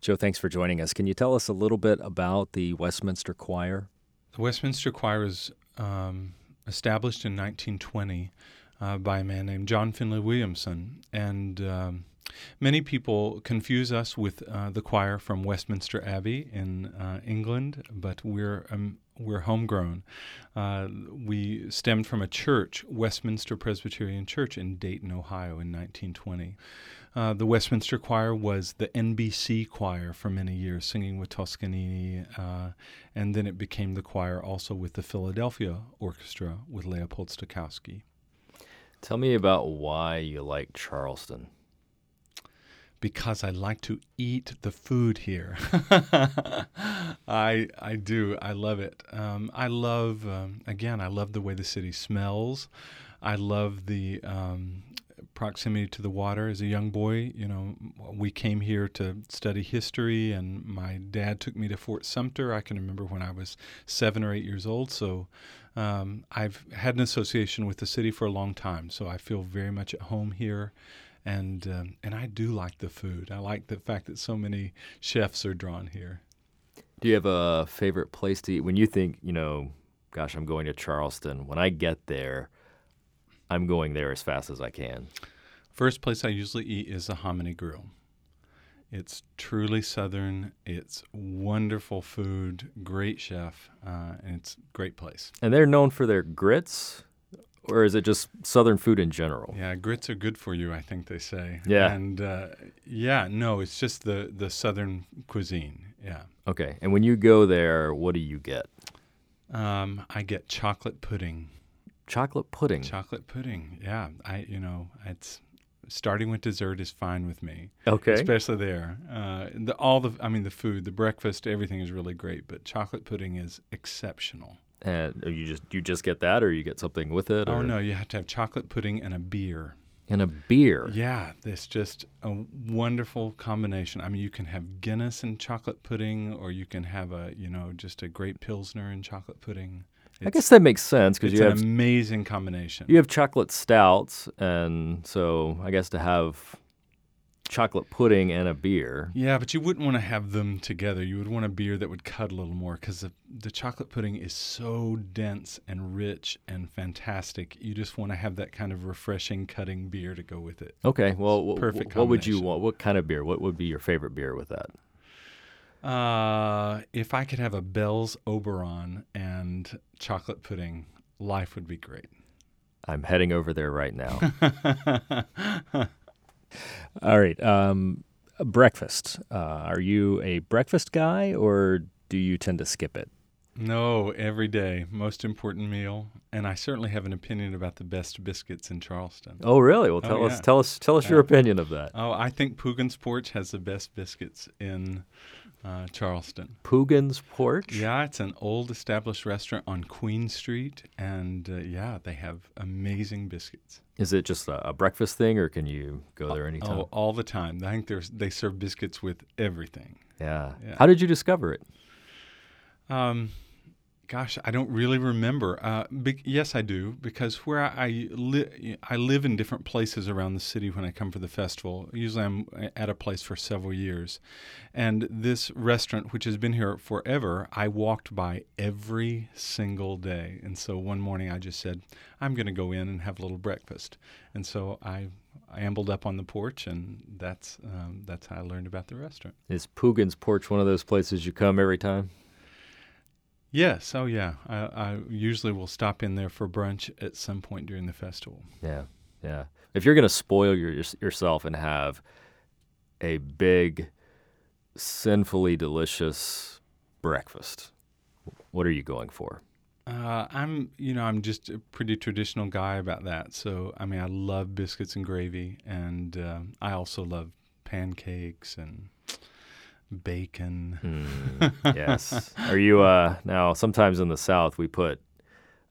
Joe, thanks for joining us. Can you tell us a little bit about the Westminster Choir? The Westminster Choir was um, established in 1920 uh, by a man named John Finley Williamson. And um, many people confuse us with uh, the choir from Westminster Abbey in uh, England, but we're, um, we're homegrown. Uh, we stemmed from a church, Westminster Presbyterian Church in Dayton, Ohio, in 1920. Uh, the Westminster Choir was the NBC choir for many years, singing with Toscanini, uh, and then it became the choir also with the Philadelphia Orchestra with Leopold Stokowski. Tell me about why you like Charleston. Because I like to eat the food here. I I do. I love it. Um, I love um, again. I love the way the city smells. I love the um, proximity to the water as a young boy. You know, we came here to study history, and my dad took me to Fort Sumter. I can remember when I was seven or eight years old. So um, I've had an association with the city for a long time. So I feel very much at home here. And, um, and I do like the food. I like the fact that so many chefs are drawn here. Do you have a favorite place to eat? When you think, you know, gosh, I'm going to Charleston, when I get there, I'm going there as fast as I can. First place I usually eat is the Hominy Grill. It's truly Southern. It's wonderful food, great chef, uh, and it's great place. And they're known for their grits, or is it just Southern food in general? Yeah, grits are good for you, I think they say. Yeah. And uh, yeah, no, it's just the, the Southern cuisine. Yeah. Okay. And when you go there, what do you get? Um, I get chocolate pudding chocolate pudding. Chocolate pudding. Yeah, I you know it's starting with dessert is fine with me. Okay. Especially there, uh, the, all the I mean the food, the breakfast, everything is really great, but chocolate pudding is exceptional. And oh, you just you just get that, or you get something with it? Or? Oh no, you have to have chocolate pudding and a beer. And a beer. Yeah, it's just a wonderful combination. I mean, you can have Guinness and chocolate pudding, or you can have a you know just a great pilsner and chocolate pudding. It's, I guess that makes sense because you an have an amazing combination. You have chocolate stouts, and so I guess to have chocolate pudding and a beer. Yeah, but you wouldn't want to have them together. You would want a beer that would cut a little more because the, the chocolate pudding is so dense and rich and fantastic. You just want to have that kind of refreshing cutting beer to go with it. Okay, well, what, perfect. What would you want? What kind of beer? What would be your favorite beer with that? Uh, if I could have a Bell's Oberon and chocolate pudding, life would be great. I'm heading over there right now. All right. Um, breakfast. Uh, are you a breakfast guy or do you tend to skip it? No, every day. Most important meal. And I certainly have an opinion about the best biscuits in Charleston. Oh, really? Well, tell oh, yeah. us, tell us, tell us uh, your opinion of that. Oh, I think Pugin's Porch has the best biscuits in uh, Charleston. Pugin's Porch. Yeah, it's an old established restaurant on Queen Street, and uh, yeah, they have amazing biscuits. Is it just a, a, breakfast thing, or can you go there anytime? Oh, all the time. I think they serve biscuits with everything. Yeah. yeah. How did you discover it? Um, gosh, I don't really remember. Uh, be- yes, I do because where I I, li- I live in different places around the city when I come for the festival. Usually, I'm uh, at a place for several years, and this restaurant, which has been here forever, I walked by every single day. And so one morning, I just said, "I'm going to go in and have a little breakfast," and so I. I ambled up on the porch, and that's um, that's how I learned about the restaurant. Is Pugin's Porch one of those places you come every time? Yes. Oh, yeah. I, I, usually will stop in there for brunch at some point during the festival. Yeah. Yeah. If you're going to spoil your, yourself and have a big, sinfully delicious breakfast, what are you going for? Uh, I'm, you know, I'm just a pretty traditional guy about that. So, I mean, I love biscuits and gravy, and uh, I also love pancakes and bacon. mm, yes. Are you uh, now? Sometimes in the South, we put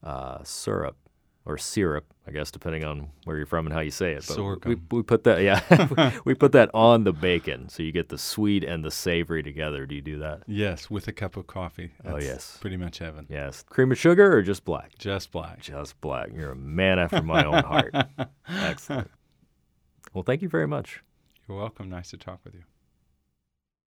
uh, syrup or syrup, I guess, depending on where you're from and how you say it. But Sorghum. we, we put that, yeah, we put that on the bacon, so you get the sweet and the savory together. Do you do that? Yes, with a cup of coffee. That's oh yes, pretty much heaven. Yes, cream of sugar or just black? Just black. Just black. You're a man after my own heart. Excellent. Well, thank you very much. You're welcome. Nice to talk with you.